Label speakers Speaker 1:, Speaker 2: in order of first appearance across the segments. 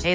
Speaker 1: Hey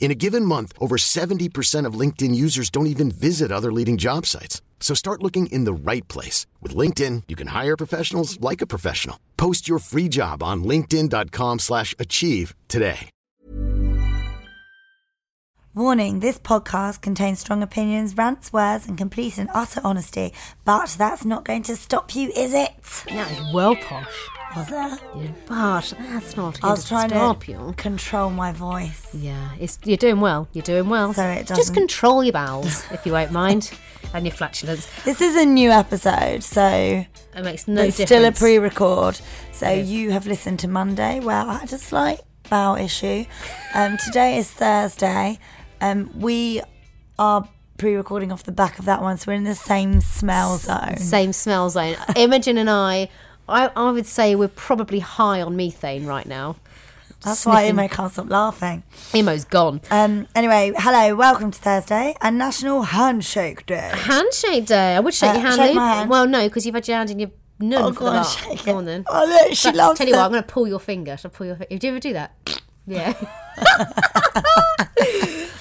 Speaker 2: In a given month, over 70% of LinkedIn users don't even visit other leading job sites. So start looking in the right place. With LinkedIn, you can hire professionals like a professional. Post your free job on linkedin.com/achieve slash achieve today.
Speaker 3: Warning this podcast contains strong opinions, rants, words, and complete and utter honesty, but that's not going to stop you, is it?
Speaker 4: That is well posh.
Speaker 3: Was it?
Speaker 4: But that's not
Speaker 3: I
Speaker 4: going to
Speaker 3: was trying
Speaker 4: stop
Speaker 3: to
Speaker 4: you.
Speaker 3: control my voice.
Speaker 4: Yeah, it's, you're doing well. You're doing well.
Speaker 3: So it
Speaker 4: Just
Speaker 3: doesn't-
Speaker 4: control your bowels, if you won't mind, and your flatulence.
Speaker 3: This is a new episode, so
Speaker 4: It makes no
Speaker 3: it's
Speaker 4: difference.
Speaker 3: still a pre record. So you have listened to Monday, where I had a slight bowel issue. Um, today is Thursday. Um, we are pre recording off the back of that one, so we're in the same smell zone.
Speaker 4: same smell zone. Imogen and I, I, I would say we're probably high on methane right now.
Speaker 3: That's why
Speaker 4: sniffing-
Speaker 3: Emo can't stop laughing.
Speaker 4: Emo's gone.
Speaker 3: Um, anyway, hello, welcome to Thursday and National Handshake Day.
Speaker 4: Handshake day. I would shake
Speaker 3: Uh,
Speaker 4: your hand,
Speaker 3: shake
Speaker 4: Lou.
Speaker 3: my hand.
Speaker 4: Well, no, because you've had your hand in your nun
Speaker 3: Oh,
Speaker 4: for
Speaker 3: go
Speaker 4: the
Speaker 3: on,
Speaker 4: last.
Speaker 3: shake it.
Speaker 4: Come on then.
Speaker 3: Oh, look, she
Speaker 4: But
Speaker 3: loves
Speaker 4: Tell you what,
Speaker 3: it.
Speaker 4: I'm going to pull your finger. Shall I pull your? fi- Did you ever do that? Yeah.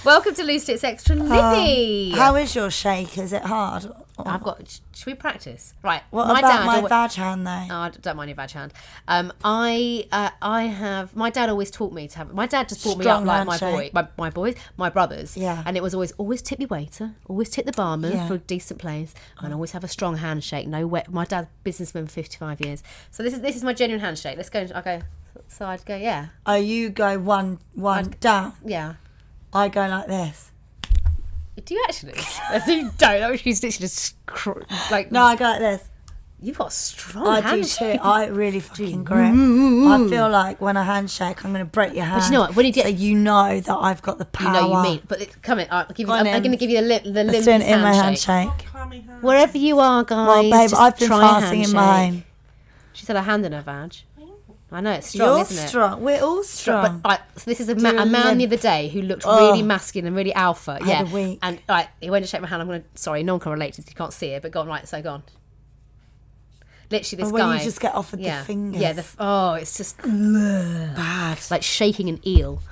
Speaker 4: Welcome to Loose It's Extra Livy.
Speaker 3: Oh, Um, How is your shake? Is it hard?
Speaker 4: I've got. sh- Should we practice? Right.
Speaker 3: What
Speaker 4: my
Speaker 3: about
Speaker 4: dad.
Speaker 3: my
Speaker 4: alwa-
Speaker 3: vag hand though?
Speaker 4: Oh, I d- don't mind your vag hand. Um, I uh, I have my dad always taught me to have. My dad just brought me up
Speaker 3: Strong
Speaker 4: like my boy,
Speaker 3: handshake.
Speaker 4: my, my boys, my brothers.
Speaker 3: Yeah.
Speaker 4: And it was always always tip your waiter, always tip the barman
Speaker 3: Yeah.
Speaker 4: for a decent place, and always have a strong handshake. No wet. My dad's businessman, for fifty five years. So this is this is my genuine handshake. Let's go. I go. So I'd go. Yeah.
Speaker 3: Oh, you go one one down.
Speaker 4: Yeah.
Speaker 3: I go like this.
Speaker 4: Do you actually? As you don't. That was she's literally just cr- like.
Speaker 3: No, I go like this.
Speaker 4: You've got a strong
Speaker 3: I do
Speaker 4: Oh, handshake.
Speaker 3: too. I really fucking grip. I feel like when I handshake, I'm going to break your hand.
Speaker 4: you know what? When you get-
Speaker 3: so you know that I've got the
Speaker 4: You
Speaker 3: power.
Speaker 4: know you mean, but it, come in. I'll give you,
Speaker 3: Go on
Speaker 4: I'm,
Speaker 3: in.
Speaker 4: I'm going to give you the, li- the
Speaker 3: Let's
Speaker 4: limbs
Speaker 3: do it in my
Speaker 4: handshake.
Speaker 3: handshake.
Speaker 4: Wherever you are, guys.
Speaker 3: Well, babe,
Speaker 4: just
Speaker 3: I've been
Speaker 4: try a
Speaker 3: fasting in
Speaker 4: handshake.
Speaker 3: mine.
Speaker 4: She's had her hand in her vag. I know it's strong,
Speaker 3: You're
Speaker 4: isn't it?
Speaker 3: strong. We're all strong.
Speaker 4: But like, so this is a, ma-
Speaker 3: Do a
Speaker 4: a man the
Speaker 3: limp.
Speaker 4: other day who looked really masculine and really alpha.
Speaker 3: I
Speaker 4: yeah,
Speaker 3: had a week.
Speaker 4: and like he went to shake my hand. I'm gonna sorry, no one can relate to this. You can't see it, but gone right. So gone. Literally, this
Speaker 3: Or when
Speaker 4: guy.
Speaker 3: you just get offered the
Speaker 4: yeah,
Speaker 3: fingers.
Speaker 4: Yeah. The, f- oh, it's just bad. Like shaking an eel.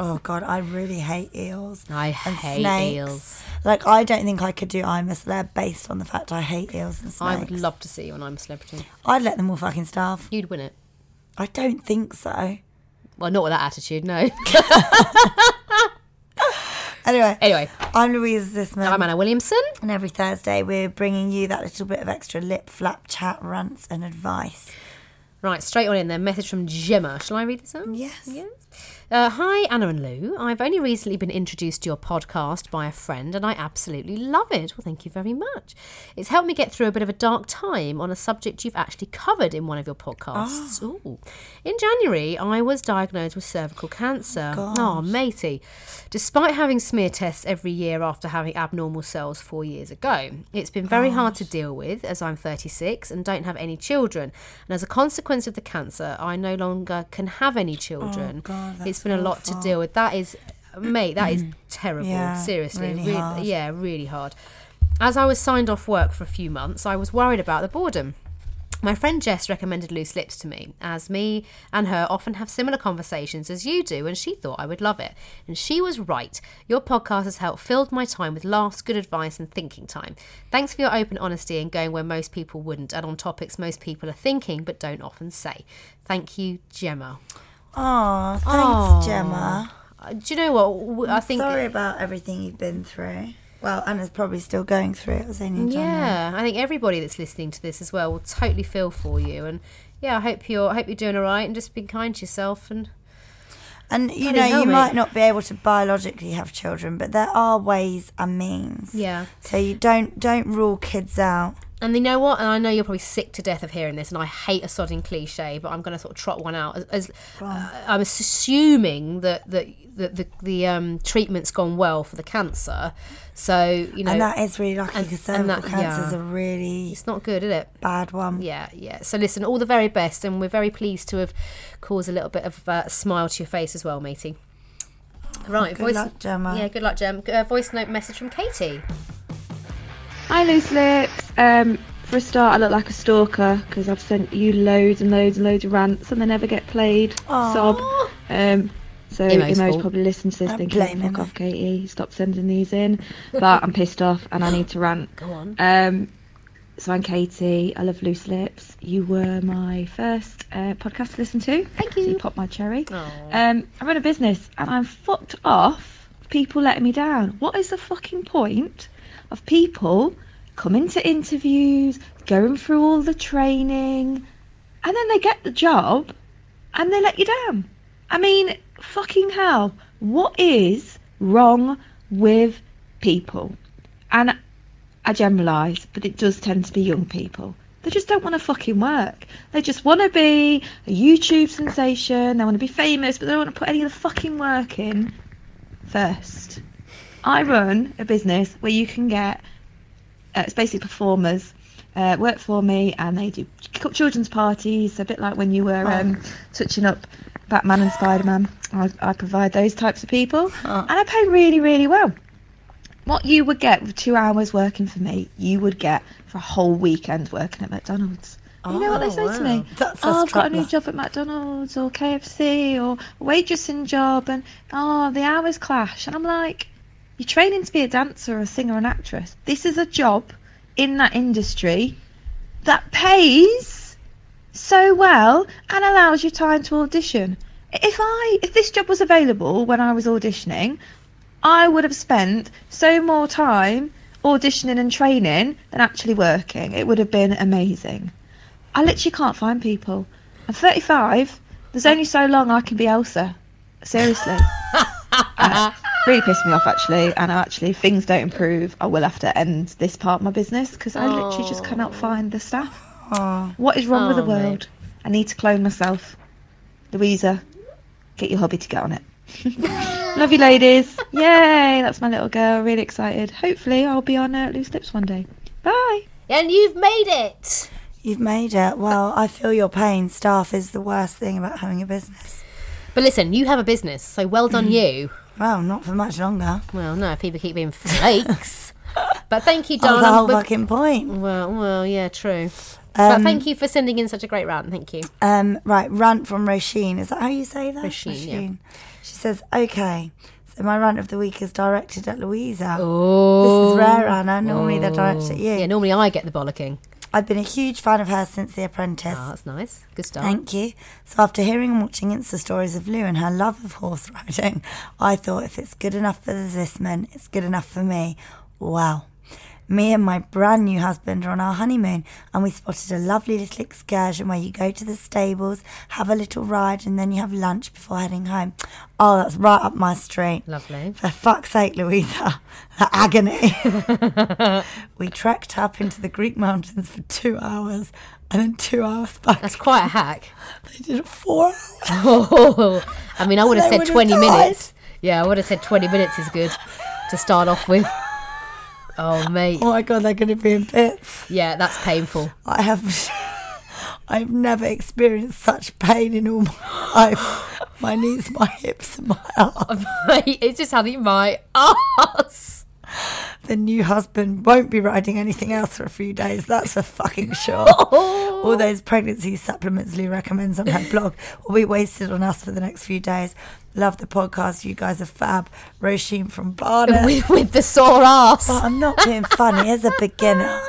Speaker 3: Oh god, I really hate eels.
Speaker 4: I
Speaker 3: and
Speaker 4: hate
Speaker 3: snakes.
Speaker 4: eels.
Speaker 3: Like I don't think I could do I'm a celeb based on the fact I hate eels and snakes.
Speaker 4: I would love to see you when I'm a celebrity.
Speaker 3: I'd let them all fucking starve.
Speaker 4: You'd win it.
Speaker 3: I don't think so.
Speaker 4: Well, not with that attitude. No.
Speaker 3: Anyway,
Speaker 4: anyway,
Speaker 3: I'm Louise Zisman,
Speaker 4: I'm Anna Williamson.
Speaker 3: and every Thursday we're bringing you that little bit of extra lip flap chat, rants, and advice.
Speaker 4: Right, straight on in there. Message from Gemma. Shall I read this out?
Speaker 3: Yes.
Speaker 4: Yes. Uh, hi, Anna and Lou. I've only recently been introduced to your podcast by a friend and I absolutely love it. Well, thank you very much. It's helped me get through a bit of a dark time on a subject you've actually covered in one of your podcasts. Ooh. In January, I was diagnosed with cervical cancer. Oh, matey. Despite having smear tests every year after having abnormal cells four years ago, it's been very hard to deal with as I'm 36 and don't have any children. And as a consequence of the cancer, I no longer can have any children.
Speaker 3: Oh,
Speaker 4: it's been a lot to deal with. That is, mate, that is terrible.
Speaker 3: Mm. Yeah,
Speaker 4: Seriously.
Speaker 3: really
Speaker 4: Re-
Speaker 3: hard.
Speaker 4: Yeah, really hard. As I was signed off work for a few months, I was worried about the boredom. My friend Jess recommended Loose Lips to me, as me and her often have similar conversations as you do, and she thought I would love it. And she was right. Your podcast has helped filled my time with laughs, good advice, and thinking time. Thanks for your open honesty and going where most people wouldn't, and on topics most people are thinking but don't often say. Thank you, Gemma.
Speaker 3: Oh, thanks,
Speaker 4: Aw.
Speaker 3: Gemma.
Speaker 4: Uh, Do you know what? W- I think
Speaker 3: Sorry about everything you've been through. Well, Anna's probably still going through it. as only in January.
Speaker 4: Yeah, I think everybody that's listening to this as well will totally feel for you. And yeah, I hope you're I hope you're doing all right and just being kind to yourself. And
Speaker 3: And you
Speaker 4: Bloody
Speaker 3: know,
Speaker 4: hell,
Speaker 3: you
Speaker 4: mate.
Speaker 3: might not be able to biologically have children, but there are ways and means.
Speaker 4: Yeah.
Speaker 3: So you don't don't rule kids out.
Speaker 4: and you know what? And I know you're probably sick to death of hearing this, and I hate a sodding cliche, but I'm going to sort of trot one out. As, as uh, I'm assuming that that the the, the um, treatment's gone well for the cancer, so you know
Speaker 3: and that is really lucky
Speaker 4: and-
Speaker 3: because
Speaker 4: and
Speaker 3: cervical
Speaker 4: that-
Speaker 3: cancer is
Speaker 4: yeah.
Speaker 3: a really
Speaker 4: it's not good, is it?
Speaker 3: bad one.
Speaker 4: Yeah, yeah. So listen, all the very best, and we're very pleased to have caused a little bit of uh, smile to your face as well, matey. Right,
Speaker 3: Good
Speaker 4: voice.
Speaker 3: luck, Gemma.
Speaker 4: Yeah, good luck, Gem. Uh, voice note message from Katie.
Speaker 5: Hi, loose lips. Um, for a start, I look like a stalker because I've sent you loads and loads and loads of rants and they never get played. Sob. Um, so
Speaker 4: Emo's
Speaker 5: Emo's,
Speaker 4: fault.
Speaker 5: probably listened to this
Speaker 3: I blame
Speaker 5: thinking, "Fuck
Speaker 3: Emo."
Speaker 5: off, Katie. Stop sending these in." But I'm pissed off and I need to rant. Go
Speaker 4: on.
Speaker 5: Um, so I'm Katie. I love loose lips. You were my first uh, podcast to listen to.
Speaker 4: Thank
Speaker 5: So
Speaker 4: you.
Speaker 5: you popped my cherry. Um, I run a business and I'm fucked off. People letting me down. What is the fucking point? of people coming to interviews, going through all the training, and then they get the job and they let you down. I mean, fucking hell. What is wrong with people? And I generalise, but it does tend to be young people. They just don't want to fucking work. They just want to be a YouTube sensation. They want to be famous, but they don't want to put any of the fucking work in first. I run a business where you can get uh, it's basically performers uh, work for me, and they do ch- children's parties. A bit like when you were um,
Speaker 3: Oh.
Speaker 5: touching up Batman and Spider Man. I, I provide those types of people,
Speaker 3: Oh.
Speaker 5: and I pay really, really well. What you would get with two hours working for me, you would get for a whole weekend working at McDonald's. You know what they say to me?
Speaker 3: That's
Speaker 5: oh,
Speaker 3: us
Speaker 5: I've got a new
Speaker 3: traveller.
Speaker 5: job at McDonald's or KFC or a waitressing job, and oh, the hours clash. And I'm like, you're training to be a dancer or a singer or an actress. This is a job in that industry that pays so well and allows you time to audition. If I if this job was available when I was auditioning, I would have spent so more time auditioning and training than actually working. It would have been amazing. I literally can't find people. I'm 35. There's only so long I can be Elsa. Seriously.
Speaker 4: Uh-huh.
Speaker 5: Uh, really pissed me off actually and actually if things don't improve i will have to end this part of my business because i literally just cannot find the staff what is wrong with the
Speaker 4: Oh, mate.
Speaker 5: world i need to clone myself louisa get your hobby to get on it love you ladies yay that's my little girl really excited hopefully i'll be on uh, loose lips one day bye
Speaker 4: And you've made it.
Speaker 3: You've made it. Well, I feel your pain. Staff is the worst thing about having a business.
Speaker 4: But listen, you have a business, so well done you.
Speaker 3: Well, not for much longer.
Speaker 4: Well, no, if people keep being flakes. but thank you,
Speaker 3: That was
Speaker 4: darling.
Speaker 3: Oh, the whole
Speaker 4: We're-
Speaker 3: fucking point.
Speaker 4: well, well, yeah, true. but
Speaker 3: Um,
Speaker 4: thank you for sending in such a great rant. Thank you.
Speaker 3: Um, right, rant from Roisin. Is that how you say that?
Speaker 4: Roisin, yeah.
Speaker 3: She says, okay, so my rant of the week is directed at Louisa. Oh. This is rare, Anna. Normally they're directed at you.
Speaker 4: Yeah, normally I get the bollocking.
Speaker 3: I've been a huge fan of hers since The Apprentice.
Speaker 4: Oh, that's nice. Good stuff.
Speaker 3: Thank you. So after hearing and watching Insta stories of Lou and her love of horse riding, I thought if it's good enough for the Zisman, it's good enough for me. Wow. Me and my brand new husband are on our honeymoon and we spotted a lovely little excursion where you go to the stables, have a little ride and then you have lunch before heading home. Oh, that's right up my street.
Speaker 4: Lovely.
Speaker 3: For fuck's sake, Louisa, the agony. we trekked up into the Greek mountains for two hours and then two hours back.
Speaker 4: That's quite a hack.
Speaker 3: They did it four hours.
Speaker 4: Oh, I mean, I would have
Speaker 3: They
Speaker 4: said
Speaker 3: would have
Speaker 4: 20
Speaker 3: died.
Speaker 4: minutes. Yeah, I would have said 20 minutes is good to start off with. Oh, mate.
Speaker 3: Oh my god, they're going to be in bits.
Speaker 4: Yeah, that's painful.
Speaker 3: I have, I've never experienced such pain in all my life. My knees, my hips, and my arms.
Speaker 4: Mate, it's just having my arse.
Speaker 3: The new husband won't be riding anything else for a few days. That's for fucking sure. All those pregnancy supplements Lou recommends on her blog will be wasted on us for the next few days. Love the podcast. You guys are fab. Roisin from Barnet. Oh,
Speaker 4: With, with the sore arse.
Speaker 3: But I'm not being funny as a beginner.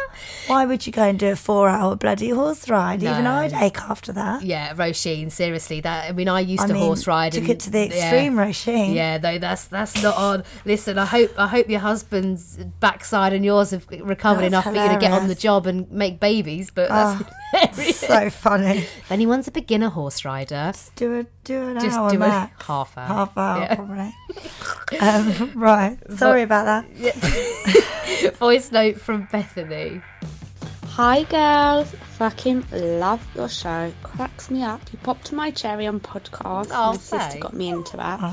Speaker 3: Why would you go and do a four hour bloody horse ride? Even
Speaker 4: No.
Speaker 3: I'd ache after that.
Speaker 4: Yeah, Roisin, seriously. That I mean, I used
Speaker 3: I
Speaker 4: to
Speaker 3: mean,
Speaker 4: horse ride.
Speaker 3: took
Speaker 4: and-
Speaker 3: it to the
Speaker 4: yeah.
Speaker 3: extreme, Roisin.
Speaker 4: Yeah, though that's that's not on. Listen, I hope I hope your husband's backside and yours have recovered
Speaker 3: That's
Speaker 4: enough for you to get on the
Speaker 3: hilarious. Ah,
Speaker 4: job and make babies. But that's hilarious.
Speaker 3: So funny.
Speaker 4: if anyone's a beginner horse rider,
Speaker 3: Do a do an
Speaker 4: Just
Speaker 3: hour
Speaker 4: do a
Speaker 3: max.
Speaker 4: half hour.
Speaker 3: Half hour
Speaker 4: Yeah.
Speaker 3: probably. um, right. Sorry about that.
Speaker 4: voice note from Bethany.
Speaker 6: Hi girls, fucking love your show. Cracks me up. You popped my cherry on podcast.
Speaker 4: Oh,
Speaker 6: my
Speaker 4: thanks.
Speaker 6: sister got me into it.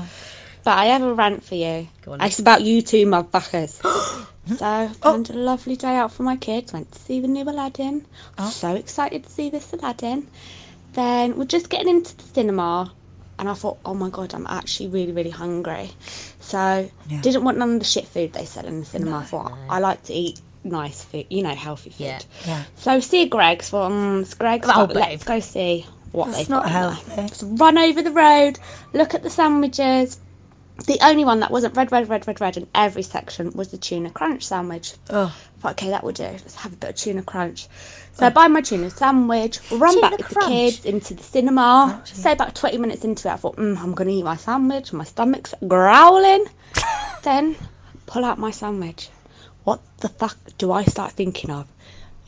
Speaker 6: But I have a rant for you.
Speaker 4: Go on. Oh.
Speaker 6: It's about you two motherfuckers. so planned a lovely day out for my kids. Went to see the new Aladdin. So excited to see this Aladdin. Then we're just getting into the cinema. And I thought, oh my god, I'm actually really, really hungry. So didn't want none of the shit food they sell in the cinema. I thought I like to eat nice food, you know, healthy food.
Speaker 4: Yeah.
Speaker 6: So see Greg's from it's Greg's.
Speaker 4: Oh,
Speaker 6: but
Speaker 4: babe.
Speaker 6: let's go see what
Speaker 3: That's
Speaker 6: they've
Speaker 3: not
Speaker 6: got. in there.
Speaker 3: healthy.
Speaker 6: Just run over the road, look at the sandwiches. The only one that wasn't red, red, red, red, red in every section was the tuna crunch sandwich.
Speaker 3: Oh.
Speaker 6: I thought, okay, that will do. Let's have a bit of tuna crunch. So I buy my tuna sandwich, run
Speaker 4: Tuna
Speaker 6: back with
Speaker 4: crunch.
Speaker 6: the kids into the cinema. Say about 20 minutes into it, I thought, mm, I'm going to eat my sandwich. My stomach's growling. then pull out my sandwich. What the fuck do I start thinking of?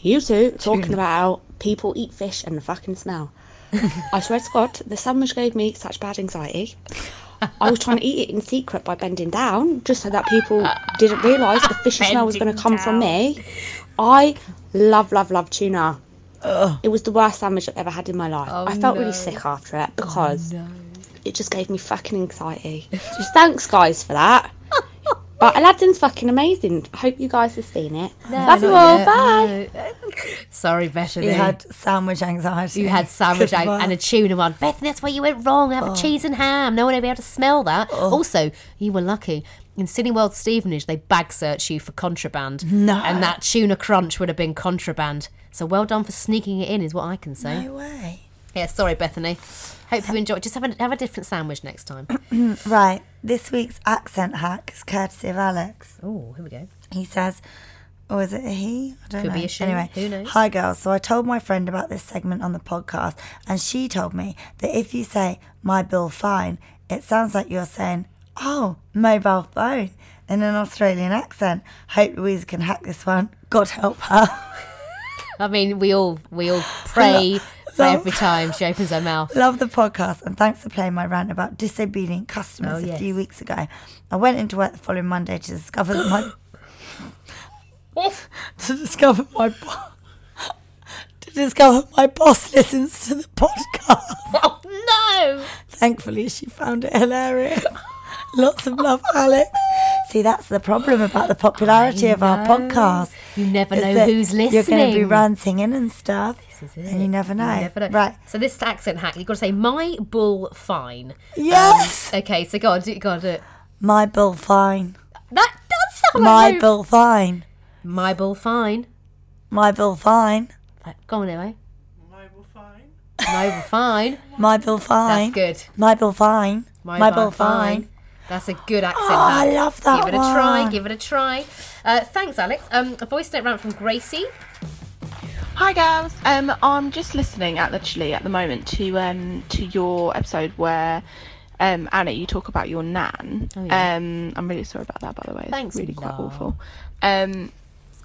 Speaker 6: You two talking about how people eat fish and the fucking smell. I swear to God, the sandwich gave me such bad anxiety. I was trying to eat it in secret by bending down, just so that people didn't realise the fishy smell was going to come from me. I love, love, love tuna. It was the worst sandwich I've ever had in my life. I felt really sick after it because it just gave me fucking anxiety. So thanks, guys, for that. But Aladdin's fucking amazing. I hope you guys have seen it. Love you all. Bye.
Speaker 4: Sorry, Bethany.
Speaker 3: You had sandwich anxiety.
Speaker 4: You had sandwich
Speaker 3: Goodbye.
Speaker 4: and a tuna one. Beth, that's where you went wrong. Have a cheese and ham. No one will be able to smell that. Also, you were lucky. In Cineworld Stevenage, they bag search you for contraband. No. And that tuna crunch would have been contraband. So well done for sneaking it in, is what I can say.
Speaker 3: No way.
Speaker 4: Yeah, sorry, Bethany. Hope you enjoy. Just have a, have a different sandwich next time.
Speaker 3: Right. This week's accent hack is courtesy of Alex.
Speaker 4: oh, here we go.
Speaker 3: He says, or is it a he? I don't
Speaker 4: Could
Speaker 3: know.
Speaker 4: be a she.
Speaker 3: Anyway,
Speaker 4: Who knows?
Speaker 3: Hi, girls. So I told my friend about this segment on the podcast, and she told me that if you say my bill fine, it sounds like you're saying, oh, mobile phone in an Australian accent. Hope Louise can hack this one. God help her.
Speaker 4: I mean, we all we all pray for
Speaker 3: Love-
Speaker 4: every time she opens her mouth.
Speaker 3: Love the podcast and thanks for playing my rant about disobedient customers
Speaker 4: Oh,
Speaker 3: a
Speaker 4: yes.
Speaker 3: few weeks ago. I went into work the following Monday to discover that my to discover my bo- to discover my boss listens to the podcast.
Speaker 4: Oh no!
Speaker 3: Thankfully, she found it hilarious. Lots of love, Alex. See, that's the problem about the popularity of our podcast.
Speaker 4: You never
Speaker 3: is
Speaker 4: know
Speaker 3: that
Speaker 4: who's listening.
Speaker 3: You're going to be ranting in and stuff,
Speaker 4: This is it.
Speaker 3: and you never know. Right?
Speaker 4: Right. So this is accent hack, you've got to say my bull fine.
Speaker 3: Yes,
Speaker 4: Okay, so go on, do, go on, do it.
Speaker 3: my bill fine.
Speaker 4: That does sound
Speaker 3: My
Speaker 4: like no-
Speaker 3: bill fine.
Speaker 4: My bull fine.
Speaker 3: My bill fine.
Speaker 4: Right, Go on anyway. My bull fine.
Speaker 3: My bill fine.
Speaker 4: That's good.
Speaker 3: My bill fine. My, bill fine.
Speaker 4: That's a good accent.
Speaker 3: Oh, I
Speaker 4: hack.
Speaker 3: love that
Speaker 4: Give it a try.
Speaker 3: one.
Speaker 4: Give it a try. Uh, thanks, Alex. Um, a voice note round from Gracie.
Speaker 7: Hi girls. Um, I'm just listening at literally at the moment to um to your episode where um Anna you talk about your nan.
Speaker 4: Oh, yeah.
Speaker 7: Um, I'm really sorry about that by the way. It's
Speaker 4: Thanks,
Speaker 7: really quite
Speaker 4: love.
Speaker 7: awful. Um,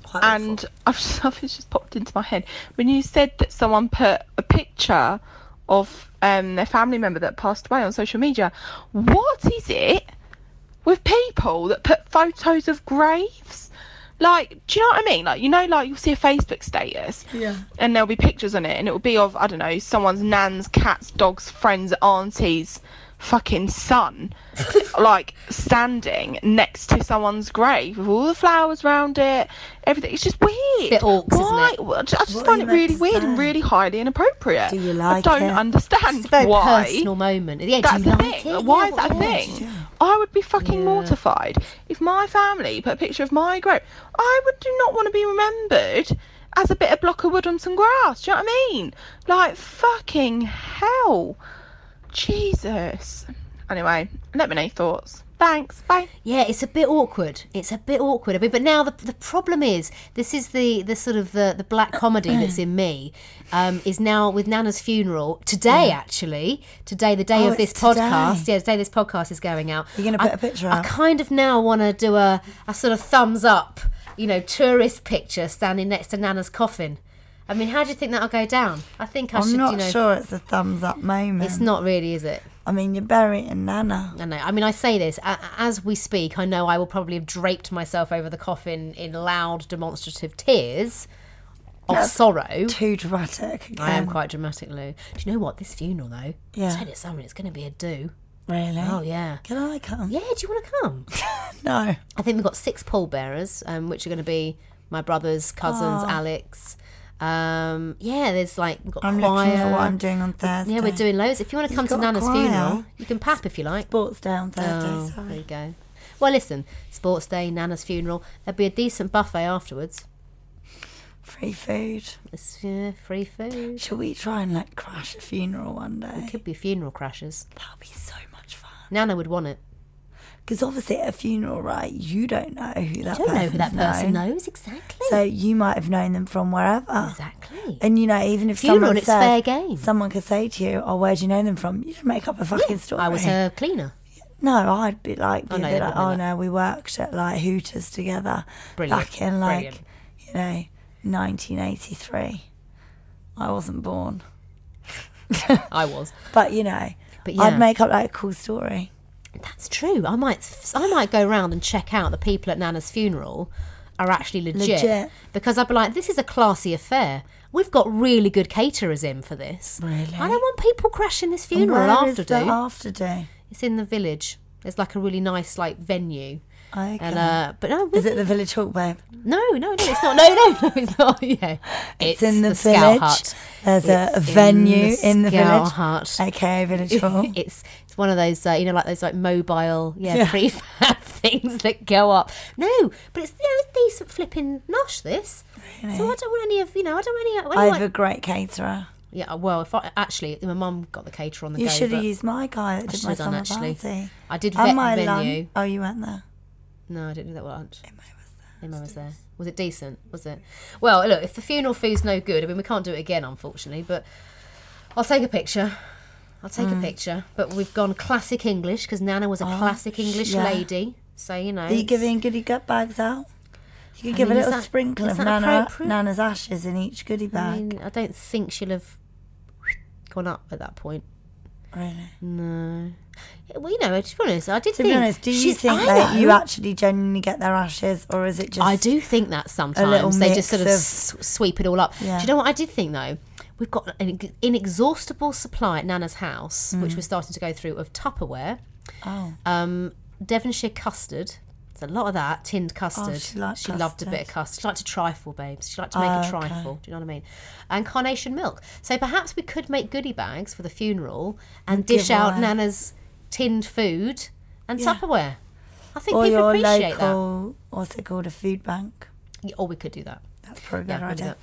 Speaker 3: Quite
Speaker 7: and I've just, something's just popped into my head when you said that someone put a picture of um their family member that passed away on social media. What is it with people that put photos of graves? Like, do you know what I mean? Like, you know, like you'll see a Facebook status, yeah, and there'll be pictures on it, and it'll be of I don't know someone's nan's, cat's, dog's, friend's, auntie's fucking son, like standing next to someone's grave with all the flowers round it, everything. It's just weird.
Speaker 4: bit awkward, isn't
Speaker 7: Why?
Speaker 4: it?
Speaker 7: Well, I just, I just
Speaker 3: What are
Speaker 7: find
Speaker 3: you
Speaker 7: it
Speaker 3: meant
Speaker 7: really
Speaker 3: to
Speaker 7: weird and
Speaker 3: say?
Speaker 7: really highly inappropriate.
Speaker 3: Do you
Speaker 7: I
Speaker 3: like
Speaker 7: don't
Speaker 3: it?
Speaker 7: understand
Speaker 4: It's a very
Speaker 7: why
Speaker 4: personal moment. Yeah,
Speaker 7: that's
Speaker 4: do you
Speaker 7: the
Speaker 4: like
Speaker 7: thing.
Speaker 4: it?
Speaker 7: Why
Speaker 4: Yeah,
Speaker 7: is that a
Speaker 4: what- yeah.
Speaker 7: thing? I would be fucking mortified if my family put a picture of my grave. I would do not want to be remembered as a bit of block of wood on some grass. Do you know what I mean? Like fucking hell, Jesus. Anyway, let me know your thoughts.
Speaker 5: Thanks. Bye.
Speaker 4: Yeah, it's a bit awkward. It's a bit awkward. I mean, but now the, the problem is this is the, the sort of the, the black comedy that's in me um, is now with Nana's funeral today. Actually, today the day
Speaker 3: Oh,
Speaker 4: of this
Speaker 3: it's today.
Speaker 4: podcast. Yeah, today this podcast is going out.
Speaker 3: You're gonna put
Speaker 4: I-
Speaker 3: a picture
Speaker 4: I
Speaker 3: up?
Speaker 4: kind of now want to do a, a sort of thumbs up, you know, tourist picture standing next to Nana's coffin. I mean, how do you think that'll go down? I think I
Speaker 3: I'm
Speaker 4: should.
Speaker 3: not
Speaker 4: you know,
Speaker 3: sure it's a thumbs up moment.
Speaker 4: It's not really, is it?
Speaker 3: I mean, you're burying Nana.
Speaker 4: I know. I mean, I say this a- as we speak. I know I will probably have draped myself over the coffin in loud, demonstrative tears of sorrow.
Speaker 3: Too dramatic. Again.
Speaker 4: I am quite dramatic, Lou. Do you know what? This funeral, though,
Speaker 3: Yeah.
Speaker 4: I tell you something, it's going to be a do.
Speaker 3: Really?
Speaker 4: Oh yeah.
Speaker 3: Can I come?
Speaker 4: Yeah, do you want to come?
Speaker 3: No.
Speaker 4: I think we've got six pallbearers, um, which are going to be my brothers, cousins, Alex. Um, yeah, there's like we've got
Speaker 3: I'm
Speaker 4: choir.
Speaker 3: looking at what I'm doing on Thursday.
Speaker 4: yeah, we're doing loads. If you want to
Speaker 3: You've
Speaker 4: come to
Speaker 3: got
Speaker 4: Nana's
Speaker 3: choir.
Speaker 4: funeral, you can pap if you like.
Speaker 3: sports day on Thursday.
Speaker 4: Oh,
Speaker 3: sorry.
Speaker 4: there you go. Well, listen, sports day, Nana's funeral. There'll be a decent buffet afterwards.
Speaker 3: Free food.
Speaker 4: It's yeah, free food.
Speaker 3: Shall we try and like crash a funeral one day?
Speaker 4: Could be funeral crashes.
Speaker 3: That'll be so much fun.
Speaker 4: Nana would want it.
Speaker 3: Because obviously at a funeral, right, you don't know who that
Speaker 4: Don't know who that
Speaker 3: person's
Speaker 4: person
Speaker 3: known.
Speaker 4: knows exactly.
Speaker 3: So you might have known them from wherever.
Speaker 4: exactly.
Speaker 3: And you know, even if
Speaker 4: Funeral,
Speaker 3: someone
Speaker 4: it's
Speaker 3: says,
Speaker 4: fair game.
Speaker 3: someone could say to you, "Oh, where do you know them from?" You just make up a fucking story.
Speaker 4: I was her cleaner.
Speaker 3: No, I'd be like, be
Speaker 4: Oh,
Speaker 3: a
Speaker 4: no,
Speaker 3: bit
Speaker 4: they
Speaker 3: like,
Speaker 4: wouldn't
Speaker 3: oh
Speaker 4: know
Speaker 3: no, we worked at like Hooters together
Speaker 4: Brilliant,
Speaker 3: back in like,
Speaker 4: brilliant.
Speaker 3: you know, 1983. I wasn't born,
Speaker 4: I was.
Speaker 3: but you know,
Speaker 4: But yeah.
Speaker 3: I'd make up like a cool story.
Speaker 4: That's true. I might I might go round and check out the people at Nana's funeral are actually legit,
Speaker 3: Legit.
Speaker 4: because I'd be like, this is a classy affair. We've got really good caterers in for this.
Speaker 3: Really?
Speaker 4: I don't want people crashing this
Speaker 3: And
Speaker 4: funeral
Speaker 3: where
Speaker 4: after
Speaker 3: is
Speaker 4: do.
Speaker 3: the after do?
Speaker 4: It's in the village. It's like a really nice like venue.
Speaker 3: Okay.
Speaker 4: And uh, but no,
Speaker 3: is it the village hall, babe?
Speaker 4: no, no, no, it's not. No, no, no, it's not. Yeah,
Speaker 3: It's, in the,
Speaker 4: Scout
Speaker 3: village.
Speaker 4: Hut.
Speaker 3: There's a
Speaker 4: It's
Speaker 3: venue in the,
Speaker 4: Scout
Speaker 3: village,
Speaker 4: Hut.
Speaker 3: aka village hall.
Speaker 4: It's it's one of those uh, you know like those like mobile yeah,
Speaker 3: Oh. Yeah.
Speaker 4: prefab things that go up. No, but it's you know, it's decent flipping nosh this. So I don't want any of you know I don't want any. I don't
Speaker 3: I have
Speaker 4: want-
Speaker 3: a great caterer.
Speaker 4: yeah, well, if I actually my mum got the caterer on the
Speaker 3: You
Speaker 4: go.
Speaker 3: should
Speaker 4: but
Speaker 3: have used my guy that did
Speaker 4: should
Speaker 3: my
Speaker 4: have done,
Speaker 3: summer
Speaker 4: actually.
Speaker 3: party.
Speaker 4: I did vet
Speaker 3: And my
Speaker 4: the venue.
Speaker 3: lunch. Oh, you went there.
Speaker 4: No, I didn't do that lunch. Emma was there. Emma was there. Was it decent? Was it? Well, look, if the funeral food's no good, I mean, we can't do it again, unfortunately, but I'll take a picture. I'll take
Speaker 3: Mm.
Speaker 4: a picture. But we've gone classic English because Nana was a classic English
Speaker 3: Oh, yeah.
Speaker 4: lady. So, you know.
Speaker 3: Are you
Speaker 4: it's-
Speaker 3: giving goodie gut bags out? You could
Speaker 4: I
Speaker 3: give
Speaker 4: mean,
Speaker 3: a
Speaker 4: is
Speaker 3: little
Speaker 4: that-
Speaker 3: sprinkle
Speaker 4: is
Speaker 3: of
Speaker 4: that
Speaker 3: Nana,
Speaker 4: appropriate?
Speaker 3: Nana's ashes in each goodie
Speaker 4: I
Speaker 3: bag.
Speaker 4: mean, I don't think she'll have gone up at that point.
Speaker 3: really?
Speaker 4: No. Well, you know, to be honest, I did
Speaker 3: To
Speaker 4: think.
Speaker 3: be honest, do you
Speaker 4: she's-
Speaker 3: think
Speaker 4: I
Speaker 3: that
Speaker 4: know.
Speaker 3: you actually genuinely get their ashes, or is it just?
Speaker 4: I do think that
Speaker 3: little
Speaker 4: sometimes they
Speaker 3: mix
Speaker 4: just sort of,
Speaker 3: of-
Speaker 4: s- sweep it all up.
Speaker 3: Yeah.
Speaker 4: Do you know what I did think though? We've got an ex- inexhaustible supply at Nana's house, which we're starting to go through of Tupperware,
Speaker 3: Mm. Oh,
Speaker 4: um, Devonshire custard. There's a lot of that tinned custard.
Speaker 3: Oh, she liked
Speaker 4: loved a bit of custard. She liked to trifle, babes. She liked to make a trifle. Do you know what I mean? And carnation milk. So perhaps we could make goodie bags for the funeral and dish out
Speaker 3: away.
Speaker 4: Nana's tinned food and Tupperware. I think
Speaker 3: or
Speaker 4: people
Speaker 3: your
Speaker 4: appreciate
Speaker 3: local, what's it called, a food bank?
Speaker 4: that. Or we could do that.
Speaker 3: That's probably a
Speaker 4: Yeah,
Speaker 3: good
Speaker 4: we'll do
Speaker 3: idea.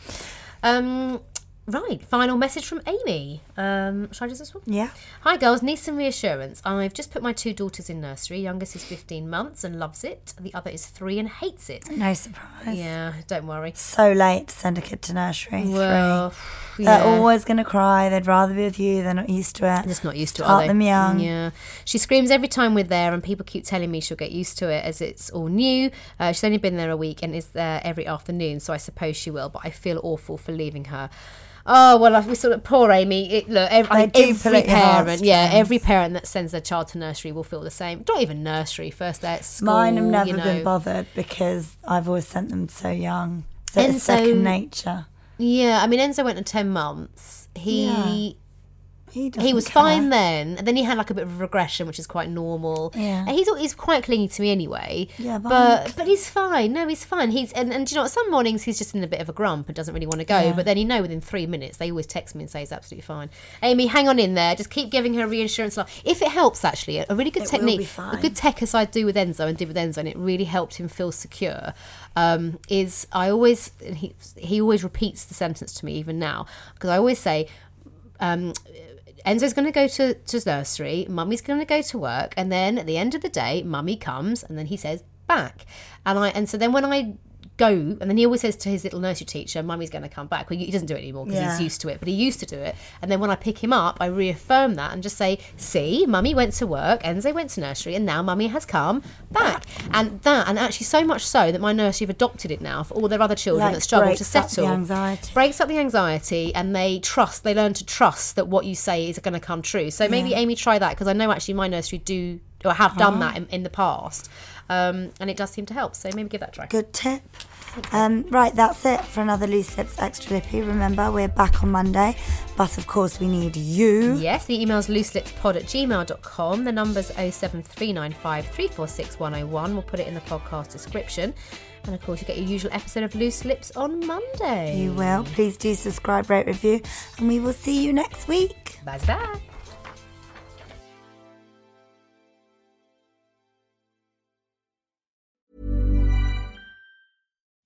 Speaker 4: that. Um, right, final message from Amy. Um, shall I do this one?
Speaker 3: Yeah.
Speaker 4: Hi girls, need some reassurance. I've just put my two daughters in nursery. Youngest is 15 months and loves it. The other is three and hates it.
Speaker 3: No surprise.
Speaker 4: Yeah, don't worry.
Speaker 3: So late to send a kid to nursery.
Speaker 4: Well,
Speaker 3: three.
Speaker 4: yeah.
Speaker 3: They're always going to cry. They'd rather be with you. They're not used to it.
Speaker 4: just not used to it.
Speaker 3: Start
Speaker 4: Are they?
Speaker 3: them young.
Speaker 4: Yeah. She screams every time we're there, and people keep telling me she'll get used to it as it's all new. Uh, she's only been there a week and is there every afternoon, so I suppose she will. But I feel awful for leaving her. Oh well, I- we sort of poor Amy. It, look, ev- I
Speaker 3: They do
Speaker 4: think
Speaker 3: pull
Speaker 4: every
Speaker 3: at your
Speaker 4: parent, yeah,
Speaker 3: heartstrings.
Speaker 4: every parent that sends their child to nursery will feel the same. Not even nursery, first day at school.
Speaker 3: Mine have
Speaker 4: you
Speaker 3: never
Speaker 4: know.
Speaker 3: been bothered because I've always sent them so young. So
Speaker 4: And
Speaker 3: it's
Speaker 4: so-
Speaker 3: second nature.
Speaker 4: Yeah, I mean Enzo went to ten months. He
Speaker 3: He,
Speaker 4: he
Speaker 3: doesn't
Speaker 4: was
Speaker 3: care.
Speaker 4: fine then. And then he had like a bit of regression, which is quite normal.
Speaker 3: Yeah.
Speaker 4: And he's al- he's quite clingy to me anyway.
Speaker 3: Yeah, but I'm
Speaker 4: but but he's fine. No, he's fine. He's and, and do you know what? Some mornings he's just in a bit of a grump and doesn't really want to go. But then you know within three minutes they always text me and say he's absolutely fine. Amy, hang on in there. Just keep giving her reassurance. Like if it helps, actually, a really good
Speaker 3: It will
Speaker 4: technique,
Speaker 3: be
Speaker 4: a
Speaker 3: fine.
Speaker 4: good tech as I do with Enzo and did with Enzo, and it really helped him feel secure. Um, is I always and he he always repeats the sentence to me even now because I always say Enzo's going to go to, to nursery, mummy's going to go to work, and then at the end of the day, mummy comes and then he says, back. And I and so then when I go, and then he always says to his little nursery teacher, mummy's going to come back. Well, he doesn't do it anymore because he's
Speaker 3: Yeah.
Speaker 4: used to it, but he used to do it. And then when I pick him up, I reaffirm that and just say, see, mummy went to work, Enzo went to nursery, and now mummy has come back. And that, and actually so much so that my nursery have adopted it now for all their other children
Speaker 3: Like,
Speaker 4: that struggle to
Speaker 3: breaks up the
Speaker 4: settle
Speaker 3: anxiety.
Speaker 4: breaks up the anxiety and they trust they learn to trust that what you say is going to come true so maybe amy try that because i know actually my nursery do or have
Speaker 3: Oh.
Speaker 4: done that in, in the past um, and it does seem to help so maybe give that a try
Speaker 3: Good tip. Um, right, that's it for another Loose Lips Extra Lippy. Remember, we're back on Monday, but of course, we need you.
Speaker 4: Yes, the email's looselipspod at gmail.com. The number's 07395 346 101. We'll put it in the podcast description. And of course, you get your usual episode of Loose Lips on Monday.
Speaker 3: You will. Please do subscribe, rate, review, and we will see you next week.
Speaker 4: Bye bye.